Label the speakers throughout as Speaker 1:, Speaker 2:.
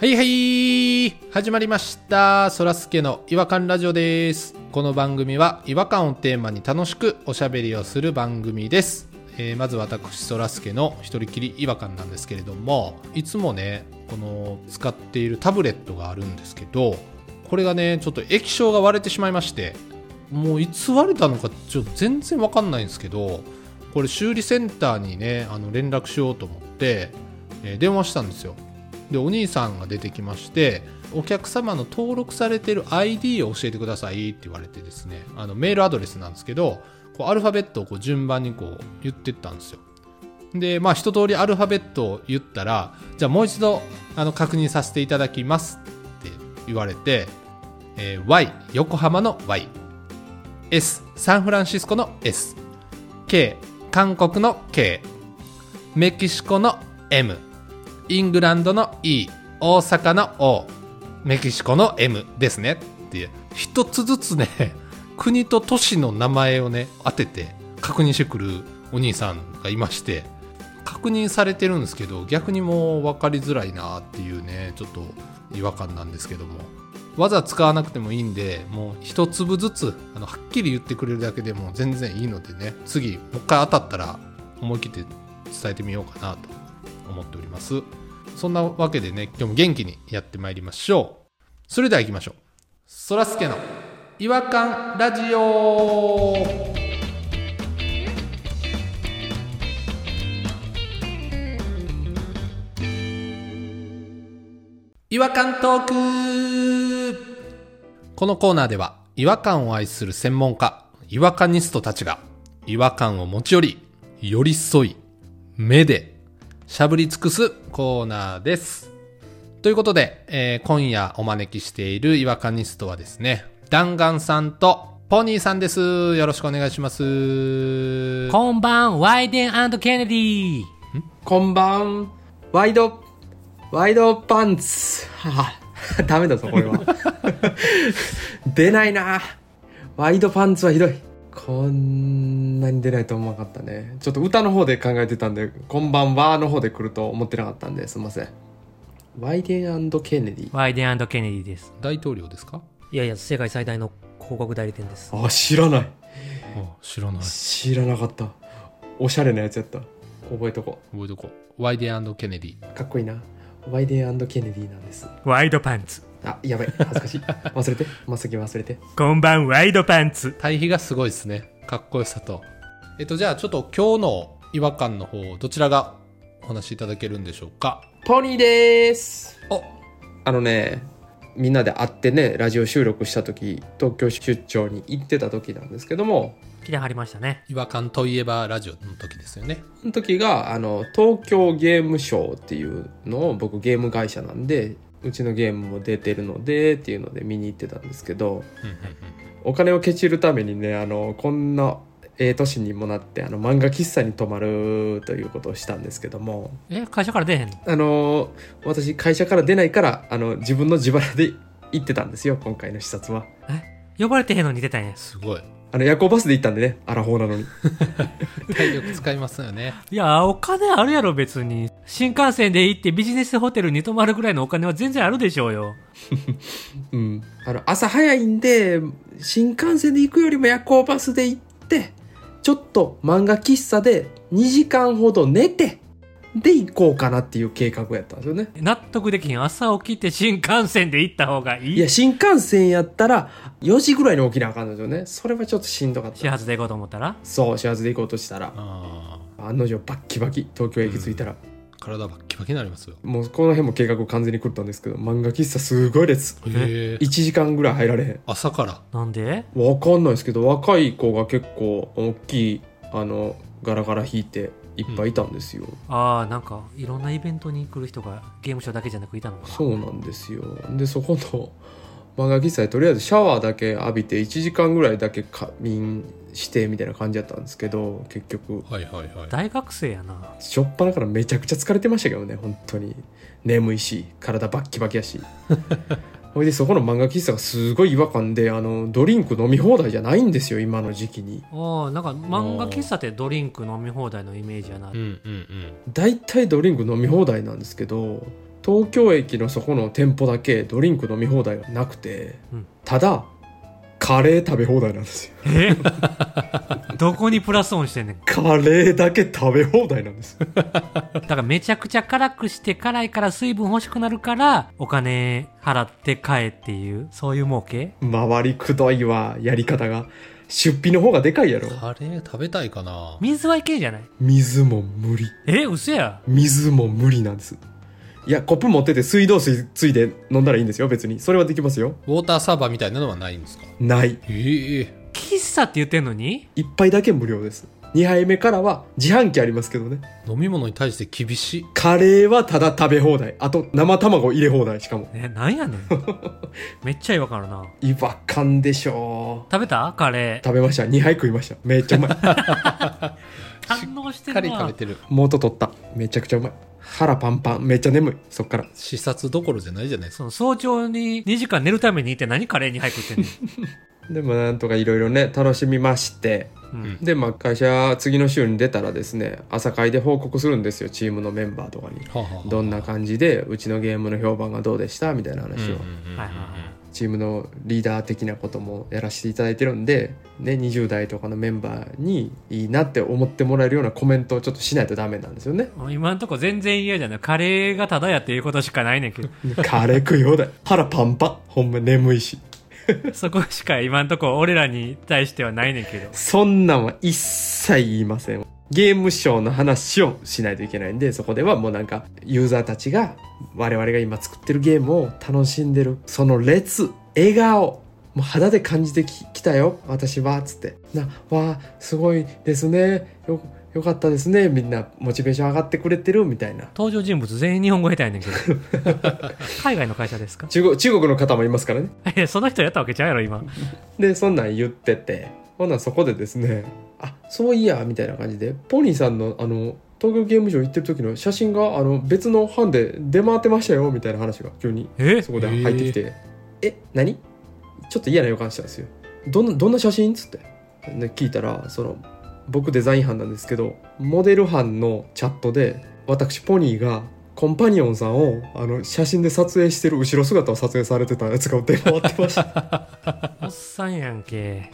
Speaker 1: はいはい始まりましたそらすけの違和感ラジオですこの番組は違和感をテーマに楽しくおしゃべりをする番組です、えーまず私そらすけの一人きり違和感なんですけれどもいつもねこの使っているタブレットがあるんですけどこれがねちょっと液晶が割れてしまいましてもういつ割れたのかちょっと全然わかんないんですけどこれ修理センターにねあの連絡しようと思って、えー電話したんですよでお兄さんが出てきましてお客様の登録されてる ID を教えてくださいって言われてですねあのメールアドレスなんですけどこうアルファベットをこう順番にこう言ってったんですよでまあ一通りアルファベットを言ったらじゃあもう一度あの確認させていただきますって言われて、えー Y 横浜の Y S サンフランシスコの S K 韓国の K メキシコの M イングランドの E 大阪の O メキシコの M ですねっていう一つずつね 国と都市の名前をね当てて確認してくるお兄さんがいまして確認されてるんですけど逆にもう分かりづらいなっていうねちょっと違和感なんですけどもわざ使わなくてもいいんでもう一粒ずつあのはっきり言ってくれるだけでも全然いいのでね次もう一回当たったら思い切って伝えてみようかなと思っておりますそんなわけでね今日も元気にやってまいりましょうそれでは行きましょうそらすけの違和感ラジオ違和感トークこのコーナーでは違和感を愛する専門家違和感ニストたちが違和感を持ち寄り寄り添い目でしゃぶり尽くすコーナーですということで、えー今夜お招きしている違和感ニストはですね弾丸さんとポニーさんですよろしくお願いします
Speaker 2: こんばん、ワイデンケネディ。
Speaker 3: こんばん、ワイド、ワイドパンツ。 はあ、ダメだぞ、これは。 出ないな。ワイドパンツはひどい。こんなに出ないと思わなかったね。ちょっと歌の方で考えてたんで、こんばんはの方で来ると思ってなかったんで、すみません。ワイデンケネディ。
Speaker 2: ワイデンケネディです。
Speaker 1: 大統領ですか
Speaker 2: いやいや、世界最大の広告代理店です。
Speaker 3: あ、知らない。
Speaker 1: あ知らない
Speaker 3: 知らなかった。おしゃれなやつやった。覚えとこ
Speaker 1: 覚えとこうワイデンケネディ
Speaker 3: う。かっこいいな。ワイデンケネディなんです。
Speaker 2: ワイドパンツ。
Speaker 3: あ、やばい。恥ずかしい。忘れて。まっすぐ忘れて。
Speaker 2: こんばん、ワイドパンツ。
Speaker 1: 対比がすごいですねかっこよさとえっとじゃあちょっと今日の違和感の方どちらがお話しいただけるんでしょうか
Speaker 3: ポニーです
Speaker 1: お
Speaker 3: あのねみんなで会ってねラジオ収録した時東京出張に行ってた時なんですけども
Speaker 2: 来てはりましたね。
Speaker 1: 違和感といえばラジオの時ですよね
Speaker 3: その時があの東京ゲームショーっていうのを僕ゲーム会社なんでうちのゲームも出てるのでっていうので見に行ってたんですけど
Speaker 1: うんうん
Speaker 3: お金をけちるためにねあのこんなええ年にもなってあの漫画喫茶に泊まるということをしたんですけども
Speaker 2: え、会社から出へんの
Speaker 3: あの私会社から出ないからあの自分の自腹で行ってたんですよ今回の視察は。
Speaker 2: 呼ばれてへんのに出たんや。
Speaker 1: すごい
Speaker 3: あの夜行バスで行ったんでねアラフォーなのに
Speaker 1: 体力使いますよ ね
Speaker 2: いや、お金あるやろ、別に。新幹線で行ってビジネスホテルに泊まるぐらいのお金は全然あるでしょうよ。
Speaker 3: うんあの朝早いんで新幹線で行くよりも夜行バスで行ってちょっと漫画喫茶で2時間ほど寝てで行こうかなっていう計画やったんですよね
Speaker 2: 納得できへん。朝起きて新幹線で行った方がい
Speaker 3: い
Speaker 2: い
Speaker 3: や新幹線やったら4時ぐらいに起きなあかんのですよねそれはちょっとしんどかっ
Speaker 2: 始
Speaker 3: た
Speaker 2: 発で行こうと思ったら。
Speaker 3: そう始発で行こうとしたら
Speaker 1: あ
Speaker 3: 案の定バッキバキ東京駅着いたら、
Speaker 1: ー体バッキバキになりますよ
Speaker 3: もうこの辺も計画を完全に狂ったんですけど漫画喫茶すごい列
Speaker 1: へえ
Speaker 3: 1時間ぐらい入られへん
Speaker 1: 朝から
Speaker 2: なんで
Speaker 3: わかんないですけど若い子が結構大きいあのガラガラ引いていっぱいいたんですよ、
Speaker 2: ああ、なんか、いろんなイベントに来る人がゲームショーだけじゃなくいたのかな。
Speaker 3: そうなんですよでそこの漫画喫茶でとりあえずシャワーだけ浴びて1時間ぐらいだけ仮眠してみたいな感じだったんですけど結局
Speaker 1: はいはいはい
Speaker 2: 大学生やな。
Speaker 3: しょっぱなからめちゃくちゃ疲れてましたけどね本当に眠いし体バッキバキやし ほいでそこの漫画喫茶がすごい違和感であのドリンク飲み放題じゃないんですよ今の時期に
Speaker 2: ああなんか漫画喫茶ってドリンク飲み放題のイメージやな
Speaker 1: うんうんうん
Speaker 3: 大体ドリンク飲み放題なんですけど東京駅のそこの店舗だけドリンク飲み放題はなくて、
Speaker 2: うん
Speaker 3: ただカレー食べ放題なんですよ
Speaker 2: え どこにプラスオンしてんねん。
Speaker 3: カレーだけ食べ放題な んですよ
Speaker 2: だからめちゃくちゃ辛くして辛いから水分欲しくなるから、お金払って買えっていう、そういう儲け
Speaker 3: 回りくどいわやり方が出費の方がでかいやろ
Speaker 1: カレー食べたいかな
Speaker 2: 水はいけんじゃない
Speaker 3: 水も無理
Speaker 2: え、嘘や。
Speaker 3: 水も無理なんですいやコップ持ってて水道水ついで飲んだらいいんですよ別にそれはできますよ
Speaker 1: ウォーターサーバーみたいなのはないんですか
Speaker 3: ない
Speaker 1: ええ
Speaker 2: 喫茶って言ってんのに
Speaker 3: 一杯だけ無料です2杯目からは自販機ありますけどね
Speaker 1: 飲み物に対して厳しい
Speaker 3: カレーはただ食べ放題あと生卵入れ放題しかも
Speaker 2: ね、なんやね ん。めっちゃ違和感あるな。
Speaker 3: 違和感でしょ
Speaker 2: 食べたカレ
Speaker 3: う
Speaker 2: ー。
Speaker 3: 食べました2杯食いましためっ ちゃうまい
Speaker 2: 反応して
Speaker 1: カ
Speaker 2: る
Speaker 1: レー食
Speaker 2: な
Speaker 1: べ。てる
Speaker 3: 元取っためちゃくちゃうまい腹パンパンめっちゃ眠いそっから
Speaker 1: 視察どころじゃないじゃないですか
Speaker 2: その早朝に2時間寝るために行って何カレーに早くってんね
Speaker 3: でもなんとかいろいろね楽しみまして
Speaker 2: ん。うん。
Speaker 3: でまあ会社次の週に出たらですね朝会で報告するんですよチームのメンバーとかに
Speaker 1: はあはあはあ
Speaker 3: どんな感じでうちのゲームの評判がどうでしたみたいな話を、
Speaker 1: うんうんうんうん
Speaker 2: はいはいはい
Speaker 3: チームのリーダー的なこともやらせていただいてるんで、ね、20代とかのメンバーにいいなって思ってもらえるようなコメントをちょっとしないとダメなんです よね
Speaker 2: も う今んとこ全然嫌じゃない。カレーがただやっていうことしかないねんけど。
Speaker 3: カレー食い放題腹パンパンほんま眠いし
Speaker 2: そこしか今んとこ俺らに対してはないねんけど。
Speaker 3: そんなんは一切言いませんゲームショーの話をしないといけないんでそこではもうなんかユーザーたちが我々が今作ってるゲームを楽しんでるその列笑顔もう肌で感じてききたよ私はつってなわあすごいですねよよかったですねみんなモチベーション上がってくれてるみたいな
Speaker 2: 登場人物全員日本語下手やね んけど。海外の会社ですか
Speaker 3: 中国中国の方もいますからね
Speaker 2: いや、その人やったわけちゃうやろ、今。
Speaker 3: でそんなん言っててほんならそこでですねあそういやみたいな感じでポニーさんのあの東京ゲームショウ行ってる時の写真があの別の班で出回ってましたよみたいな話が急に
Speaker 2: え
Speaker 3: そこで入ってきて「え何ちょっと嫌な予感したんですよどんどんな写真?」っつってで聞いたらその僕デザイン班なんですけどモデル班のチャットで私ポニーがコンパニオンさんをあの写真で撮影してる後ろ姿を撮影されてたやつが出回ってました
Speaker 2: おっさんやんけ。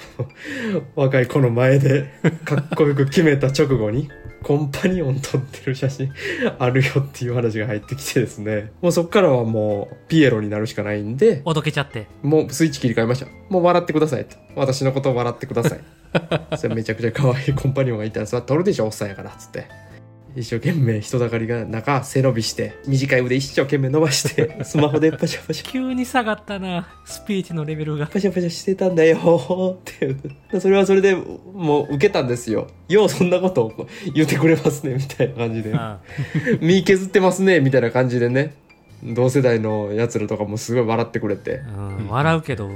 Speaker 3: 若い子の前でかっこよく決めた直後にコンパニオン撮ってる写真あるよっていう話が入ってきてですねもうそっからはもうピエロになるしかないん で
Speaker 2: おどけちゃって。
Speaker 3: もうスイッチ切り替えましたもう笑ってくださいと私のことを笑ってくださいそれめちゃくちゃ可愛いコンパニオンがいたらさ撮るでしょおっさんやからっつって一生懸命人だかりが中背伸びして短い腕一生懸命伸ばしてスマホでパシャパシャ
Speaker 2: 急に下がったな。スピーチのレベルが。
Speaker 3: パシャパシャしてたんだよってでそれはそれでもう受けたんですよようそんなことを言ってくれますねみたいな感じで
Speaker 2: あ
Speaker 3: 身削ってますねみたいな感じでね同世代のやつらとかもすごい笑ってくれて
Speaker 2: あ、うん、笑うけど、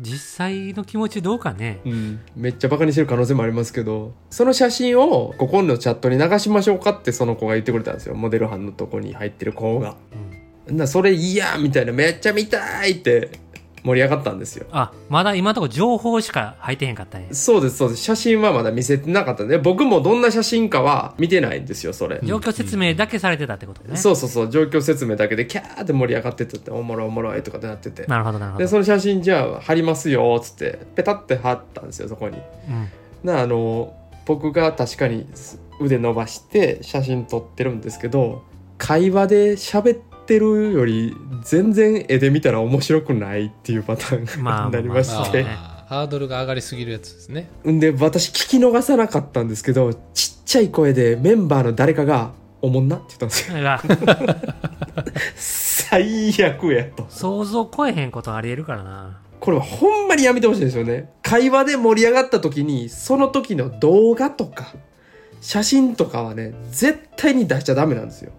Speaker 2: 実際の気持ちどうかね。
Speaker 3: うん、めっちゃバカにしてる可能性もありますけどその写真をここのチャットに流しましょうかってその子が言ってくれたんですよモデル班のとこに入ってる子が
Speaker 2: うん、
Speaker 3: なそれいいやみたいなめっちゃ見たいって盛り上がったんですよ
Speaker 2: あ、まだ今のとこ情報しか入ってへんかったね。
Speaker 3: そうです、そうです。写真はまだ見せてなかったね。僕もどんな写真かは見てないんですよ、それ。
Speaker 2: 状況説明だけされてたってことね。
Speaker 3: そうそうそう、状況説明だけでキャーって盛り上がってってって、おもろいおもろいとかってなってて。
Speaker 2: なるほど、なるほ
Speaker 3: で、
Speaker 2: ど。
Speaker 3: その写真じゃあ貼りますよ、つって、ペタって貼ったんですよ、そこに。
Speaker 2: うん
Speaker 3: な、あの、僕が確かに腕伸ばして写真撮ってるんですけど、会話で喋ってるより全然絵で見たら面白くないっていうパターン
Speaker 2: まあまあま
Speaker 3: が
Speaker 2: あ
Speaker 3: なりま
Speaker 1: まあ
Speaker 3: し
Speaker 2: そう
Speaker 3: て
Speaker 2: ね。
Speaker 1: ハードルが上がりすぎるやつですね
Speaker 3: んで私聞き逃さなかったんですけどちっちゃい声でメンバーの誰かが「おもんな」って言ったんですよ
Speaker 2: だから。
Speaker 3: 最悪やと
Speaker 2: 想像超えへんことありえるからな。
Speaker 3: これはほんまにやめてほしいですよね会話で盛り上がった時にその時の動画とか写真とかはね絶対に出しちゃダメなんですよ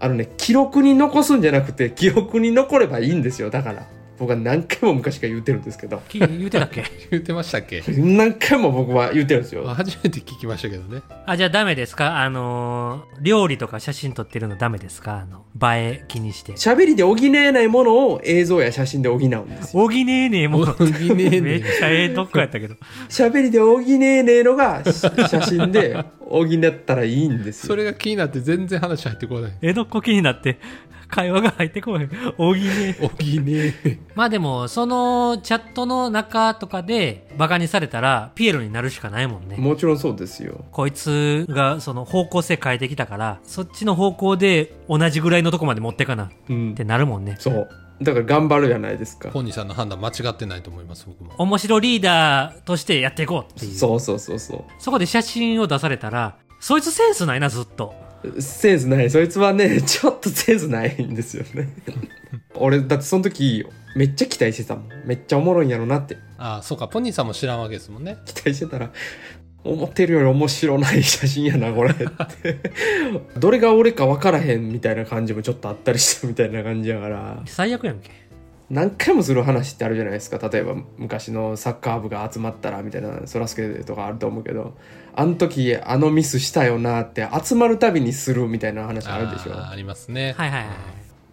Speaker 3: あのね記録に残すんじゃなくて記憶に残ればいいんですよだから僕は何回も昔から言ってるんですけど
Speaker 2: き言うてたっけ
Speaker 1: 言ってましたっけ
Speaker 3: 何回も僕は言ってるんですよ
Speaker 1: 初めて聞きましたけどね
Speaker 2: あ、じゃあダメですかあのー料理とか写真撮ってるのダメですかあの、映え気にして。
Speaker 3: 喋りで補えないものを映像や写真で補うんですよ
Speaker 2: おぎねえねえもん。
Speaker 1: おぎね えねえ
Speaker 2: めっちゃええとこやったけど。
Speaker 3: 喋りで補えねえのがし写真で補ったらいいんですよ
Speaker 1: それが気になって全然話入ってこない
Speaker 2: 江戸っ子気になって、会話が入ってこない。大喜利。
Speaker 1: おぎねえ。
Speaker 2: まあでも、そのチャットの中とかでバカにされたら、ピエロになるしかないもんね。
Speaker 3: もちろんそうですよ
Speaker 2: こいつがその方向性変えてきたから、そっちの方向で同じぐらいのとこまで持ってかなっ
Speaker 3: うん
Speaker 2: てなるもんね。
Speaker 3: そうだから頑張るじゃないですか
Speaker 1: 本人さんの判断間違ってないと思います、僕も。
Speaker 2: 面白リーダーとしてやっていこうっていう。
Speaker 3: そうそうそうそ
Speaker 2: そこで写真を出されたら、そいつセンスないな、ずっと。
Speaker 3: うセンスないそいつはねちょっとセンスないんですよ ね俺だってその時めっちゃ期待してたもんめっちゃおもろいんやろなって
Speaker 1: ああ、そうか、ポニーさんも知らんわけですもんね。
Speaker 3: 期待してたら思ってるより面白ない写真やなこれって どれが俺か分からへんみたいな感じもちょっとあったりしたみたいな感じやから
Speaker 2: 最悪やんけ。
Speaker 3: 何回もする話ってあるじゃないですか例えば昔のサッカー部が集まったらみたいなそらすけとかあると思うけどあの時あのミスしたよなって集まるたびにするみたいな話あるでしょ
Speaker 1: あーありますね。
Speaker 2: はいはいはい。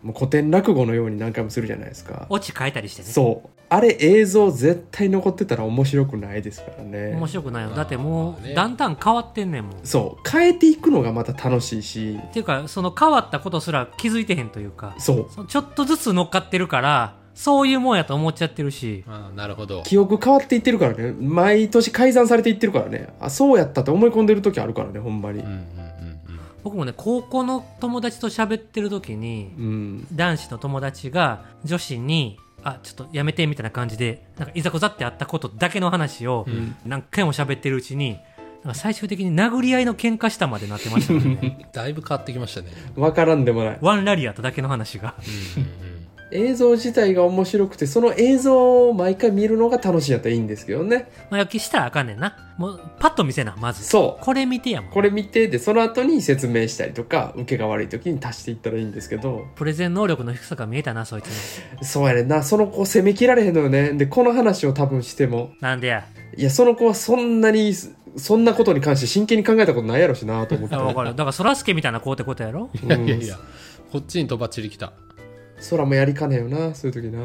Speaker 3: もう古典落語のように何回もするじゃないですか
Speaker 2: オチ変えたりしてね。
Speaker 3: そうあれ映像絶対残ってたら面白くないですからね
Speaker 2: 面白くないよ。だっても
Speaker 1: まあ
Speaker 2: う、
Speaker 1: ね
Speaker 2: だんだん変わってんねんもん。っ
Speaker 3: そう変えていくのがまた楽しいして
Speaker 2: いうか、その変わったことすら気づいてへんというか、
Speaker 3: そう
Speaker 2: そのちょっとずつ乗っかってるから、そういうもんやと思っちゃってるし、
Speaker 1: ああ、なるほど。
Speaker 3: 記憶変わっていってるからね毎年改ざんされていってるからねあそうやったって思い込んでる時あるからねほんまに
Speaker 1: うんうんうん
Speaker 2: 僕もね、高校の友達と喋ってる時に、
Speaker 3: うん
Speaker 2: 男子の友達が女子に、あ、ちょっとやめてみたいな感じで、なんかいざこざってあったことだけの話を
Speaker 1: うん。う、ん、
Speaker 2: 何回も喋ってるうちに、なんか最終的に殴り合いの喧嘩したまでなってましたもん ね。
Speaker 1: だいぶ変わってきましたね。
Speaker 3: わからんでもない
Speaker 2: ワンラリアットだけの話が。
Speaker 1: うんうん
Speaker 3: 映像自体が面白くてその映像を毎回見るのが楽しいんやったらいいんですけどね
Speaker 2: まあ、焼きしたらあかんねんな。もう、パッと見せな、まず。
Speaker 3: そう
Speaker 2: これ見てやもん。
Speaker 3: これ見てでその後に説明したりとか受けが悪い時に足していったらいいんですけど
Speaker 2: プレゼン能力の低さが見えたな、そいつに。
Speaker 3: そうやねんなその子責めきられへんのよねでこの話を多分しても
Speaker 2: なんでや。
Speaker 3: いやその子はそんなにそんなことに関して真剣に考えたことないやろしなと思っ
Speaker 2: いやわかる。だから、そらすけみたいな子ってことやろ
Speaker 1: うん。 いやいやい
Speaker 3: て
Speaker 1: や、こっちにとばっちり来た。
Speaker 3: 空もやりかねえよなそういう時
Speaker 2: う。
Speaker 3: な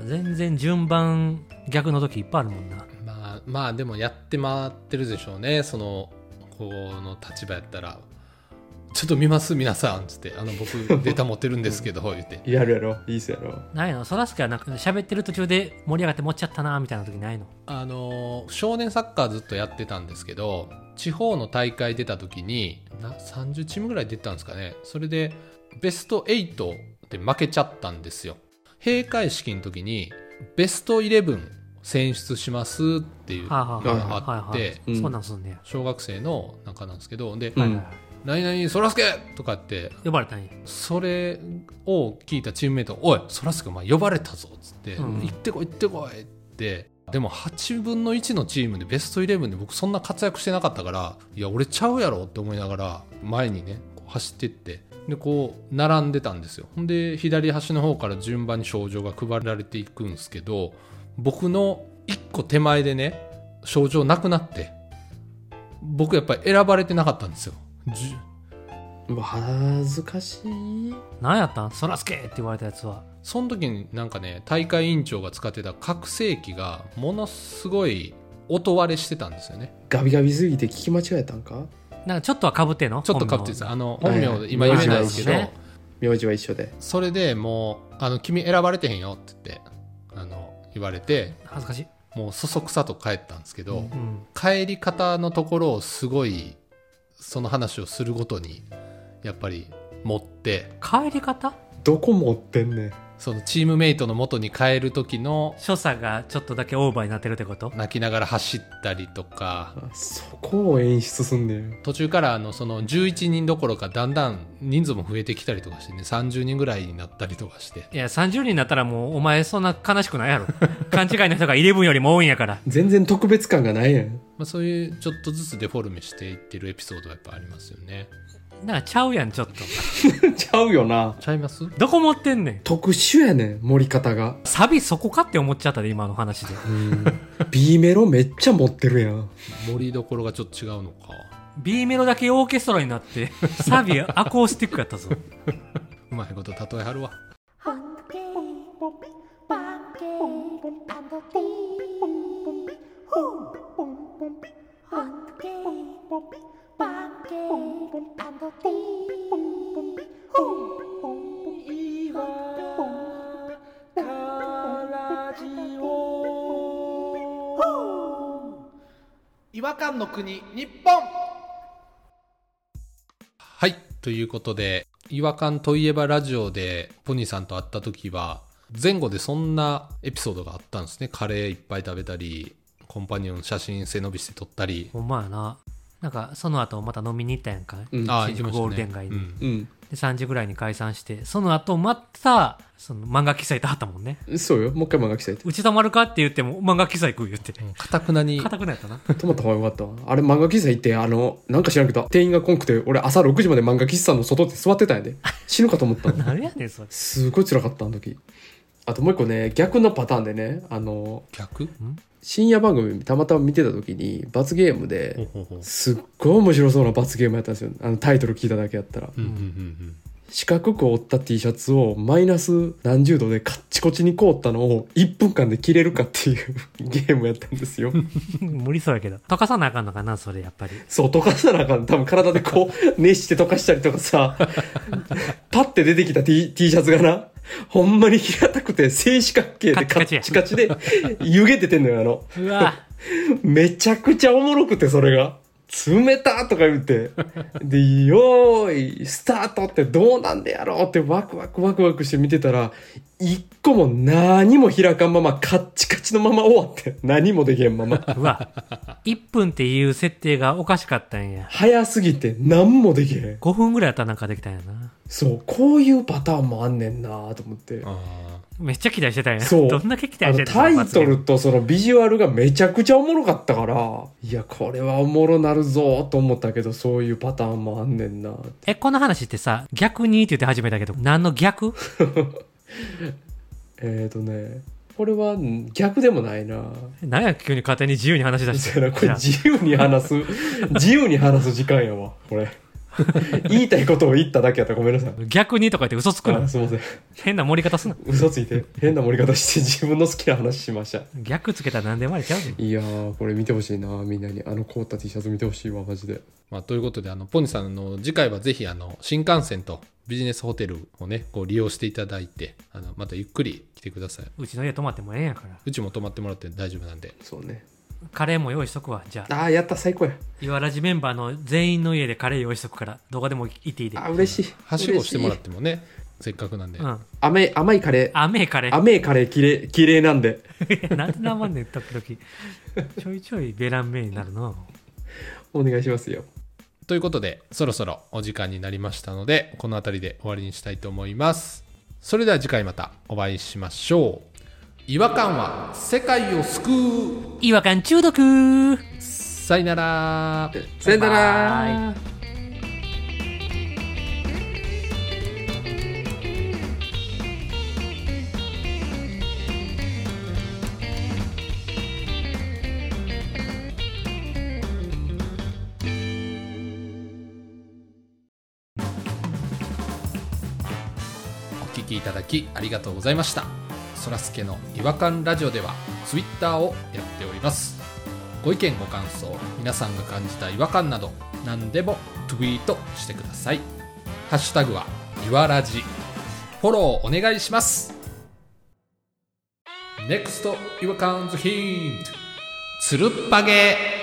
Speaker 3: ん
Speaker 2: 全然順番逆の時いっぱいあるもんな。
Speaker 1: まあ、まあ、でもやって回ってるでしょうね、その、この立場やったら。ちょっと見ます、皆さん、つって。あの、僕、データ持ってるんですけど、言って。
Speaker 3: やるやろいいっすやろ
Speaker 2: ないのそらすけはなんか喋ってる途中で盛り上がって持っちゃったな、みたいな時ないの
Speaker 1: あのー少年サッカーずっとやってたんですけど地方の大会出た時にな30チームぐらい出たんですかねそれでベスト8で負けちゃったんですよ閉会式の時にベスト11選出しますっていうの
Speaker 2: はあはあ
Speaker 1: が
Speaker 2: は
Speaker 1: あっ
Speaker 2: いはい
Speaker 1: て
Speaker 2: は
Speaker 3: う
Speaker 2: い。
Speaker 3: ん
Speaker 2: そうなんすんねや。
Speaker 1: 小学生の中なんですけどで
Speaker 3: うん
Speaker 2: はいはいはい
Speaker 1: 「何々そらすけ!」とかって
Speaker 2: 呼ばれたんや。
Speaker 1: それを聞いたチームメイト「おいそらすけお前呼ばれたぞ」っつって「
Speaker 2: うん
Speaker 1: 行ってこい行ってこい」ってでも8分の1のチームでベストイレブンで僕そんな活躍してなかったからいや俺ちゃうやろって思いながら前にねこう走ってってでこう並んでたんですよほんで左端の方から順番に賞状が配られていくんですけど僕の1個手前でね賞状なくなって僕やっぱり選ばれてなかったんですよ。じゅ
Speaker 3: うわ恥ずかしい
Speaker 2: 何やったんそらすけって言われたやつは。
Speaker 1: その時になんかね大会委員長が使ってた拡声器がものすごい音割れしてたんですよね
Speaker 3: ガビガビすぎて聞き間違えたんか
Speaker 2: なんかちょっとはかぶってんの
Speaker 1: ちょっとかぶって
Speaker 2: 本
Speaker 1: たあの
Speaker 3: は
Speaker 1: 本
Speaker 3: い
Speaker 1: 名で今言えないですけど、
Speaker 2: はいはい
Speaker 3: 名字は一緒で
Speaker 1: それでもう「あの君選ばれてへんよ」って言ってあの言われて
Speaker 2: 能恥ずかしい。
Speaker 1: もうそそくさと帰ったんですけど、
Speaker 2: うん。
Speaker 1: 帰り方のところをすごいその話をするごとにやっぱり持って
Speaker 2: 帰り方
Speaker 3: どこ持ってんねん
Speaker 1: そのチームメイトの元に帰る時の
Speaker 2: 所作がちょっとだけオーバーになってるってこと
Speaker 1: 泣きながら走ったりとか
Speaker 3: あそこを演出すんねん
Speaker 1: 途中からあのその11人どころかだんだん人数も増えてきたりとかしてね30人ぐらいになったりとかして
Speaker 2: いや、30人になったらもう、お前そんな悲しくないやろ。 勘違いの人が11よりも多いんやから。
Speaker 3: 全然特別感がないやん
Speaker 1: まあ、そういうちょっとずつデフォルメしていってるエピソードはやっぱありますよね
Speaker 2: なんかちゃうやん、ちょっと。
Speaker 3: ちゃうよな
Speaker 1: ちゃいます
Speaker 2: どこ持ってんねん。
Speaker 3: 特殊やねん盛り方が
Speaker 2: サビそこかって思っちゃったで、今の話で。
Speaker 3: B メロめっちゃ持ってるやん
Speaker 1: 盛りどころがちょっと違うのか
Speaker 2: B メロだけオーケストラになって、サビアコースティックやったぞ。
Speaker 1: うまいこと例えはるわ
Speaker 4: Hunky,
Speaker 1: 違和感の国日本はいということで違和感といえばラジオでポニーさんと会った時は前後でそんなエピソードがあったんですねカレーいっぱい食べたりコンパニオン写真背伸びして撮ったり、
Speaker 2: ほんまやな。なんか、その後また飲みに行ったやんか。
Speaker 3: うん
Speaker 1: ああ
Speaker 2: 新宿ゴールデン街に
Speaker 1: うん
Speaker 3: うん
Speaker 2: で、3時ぐらいに解散して、その後また、その漫画記載とあったもんね。
Speaker 3: そうよもう一回漫画来いって
Speaker 2: うち泊まるかって言っても、漫画記載行く言って。
Speaker 1: うんかたくなに
Speaker 2: 硬くなやったな。
Speaker 3: 泊まった方がよかったわあれ漫画喫茶行ってあのなんか知らんけど店員が来んくて俺朝6時まで漫画喫茶の外で座ってたんやで死ぬかと思ったの
Speaker 2: 何やねん、それ。
Speaker 3: すごい辛かったあの時あともう一個ね逆のパターンでねあの
Speaker 1: 逆
Speaker 3: 深夜番組たまたま見てた時に罰ゲーム
Speaker 1: ほう
Speaker 3: で
Speaker 1: ほうほう
Speaker 3: すっごい面白そうな罰ゲームやったんですよあのタイトル聞いただけやったら
Speaker 1: うんうんうん
Speaker 3: 四角く折った T シャツをマイナス何十度でカッチコチに凍ったのを1分間で着れるかっていう ゲームやったんですよ
Speaker 2: 無理そうやけど。溶かさなあかんのかな、それ、やっぱり。
Speaker 3: そう溶かさなあかん多分体でこう熱して溶かしたりとかさパッて出てきた T, T シャツがなほんまに平たくて正四角形でカ
Speaker 2: カチ
Speaker 3: ッ
Speaker 2: カ
Speaker 3: チ
Speaker 2: チ
Speaker 3: カチで湯気出てんのよあの
Speaker 2: うわ
Speaker 3: めちゃくちゃおもろくて、それが。冷たとか言って。で、よーい、スタートってどうなんでやろうってワクワクワクワクして見てたら、一個も何も開かんまま、カッチカチのまま終わって、何もできへんまま。
Speaker 2: うわ。1分っていう設定がおかしかったんや。
Speaker 3: 早すぎて何もできへん。
Speaker 2: 5分ぐらいやったらなんかできたんやな。
Speaker 3: そう、こういうパターンもあんねんなと思って。
Speaker 1: あ
Speaker 2: めっちゃ期待してたんや。
Speaker 3: そう
Speaker 2: どんだけ期
Speaker 3: あ
Speaker 2: 待して
Speaker 3: の
Speaker 2: た
Speaker 3: タイト。
Speaker 2: その罰ゲー
Speaker 3: ル
Speaker 2: ム
Speaker 3: とそのビジュアルがめちゃくちゃおもろかったから、いや、これはおもろなるぞと思ったけど、そういうパターンもあんねんなって
Speaker 2: え、この話ってさ、逆にって言って始めたけど、何の逆
Speaker 3: えーとね、これはん逆でもないな。
Speaker 2: 何や、急に勝手に自由に話し出し
Speaker 3: そ
Speaker 2: て。
Speaker 3: うやなこれ
Speaker 2: じゃあ
Speaker 3: 自由に話す、自由に話す時間やわ、これ。言いたいことを言っただけやったらごめんなさい。
Speaker 2: 逆にとか言って嘘つくな
Speaker 3: あ。すいません。
Speaker 2: 変な盛り方すな。
Speaker 3: 嘘ついて、変な盛り方して自分の好きな話しました。
Speaker 2: 逆つけたら何でもありちゃうで。
Speaker 3: いやー、これ見てほしいな、みんなに。あの凍った T シャツ見てほしいわ、マジで。
Speaker 1: まあ、ということであのポニーさんの次回はぜひあの新幹線とビジネスホテルをねこう利用していただいてあのまたゆっくり来てくださいう
Speaker 2: ちの家泊まってもええんやから。
Speaker 1: うちも泊まってもらって大丈夫なんで
Speaker 3: そうね。
Speaker 2: カレーも用意しとくわ。じゃあ、
Speaker 3: あー、やった、最高や。
Speaker 2: 岩ラジメンバーの全員の家でカレー用意しとくから、どこでも行っていいで。
Speaker 3: あー、嬉しい。
Speaker 1: はしごしてもらって
Speaker 3: 嬉い。
Speaker 1: もねせっかくなんで、
Speaker 2: うん。
Speaker 3: 甘い、甘いカレー。
Speaker 2: 甘えカレー。
Speaker 3: 甘いカレー、きれい、きれいなんで。
Speaker 2: なんで生ね、時々。ちょいちょいベランメイになるの。
Speaker 3: お願いしますよ。
Speaker 1: ということでそろそろお時間になりましたのでこの辺りで終わりにしたいと思いますそれでは次回またお会いしましょう違和感は世界を救う
Speaker 2: 違和感中毒
Speaker 1: さよなら
Speaker 3: さよなら
Speaker 2: バイバイ
Speaker 1: お聞きいただきありがとうございましたそらすけの違和感ラジオではツイッターをやっておりますご意見ご感想皆さんが感じた違和感など何でもツイートしてくださいハッシュタグはいわらじフォローお願いします NEXT 違和感ズヒントつるっぱげ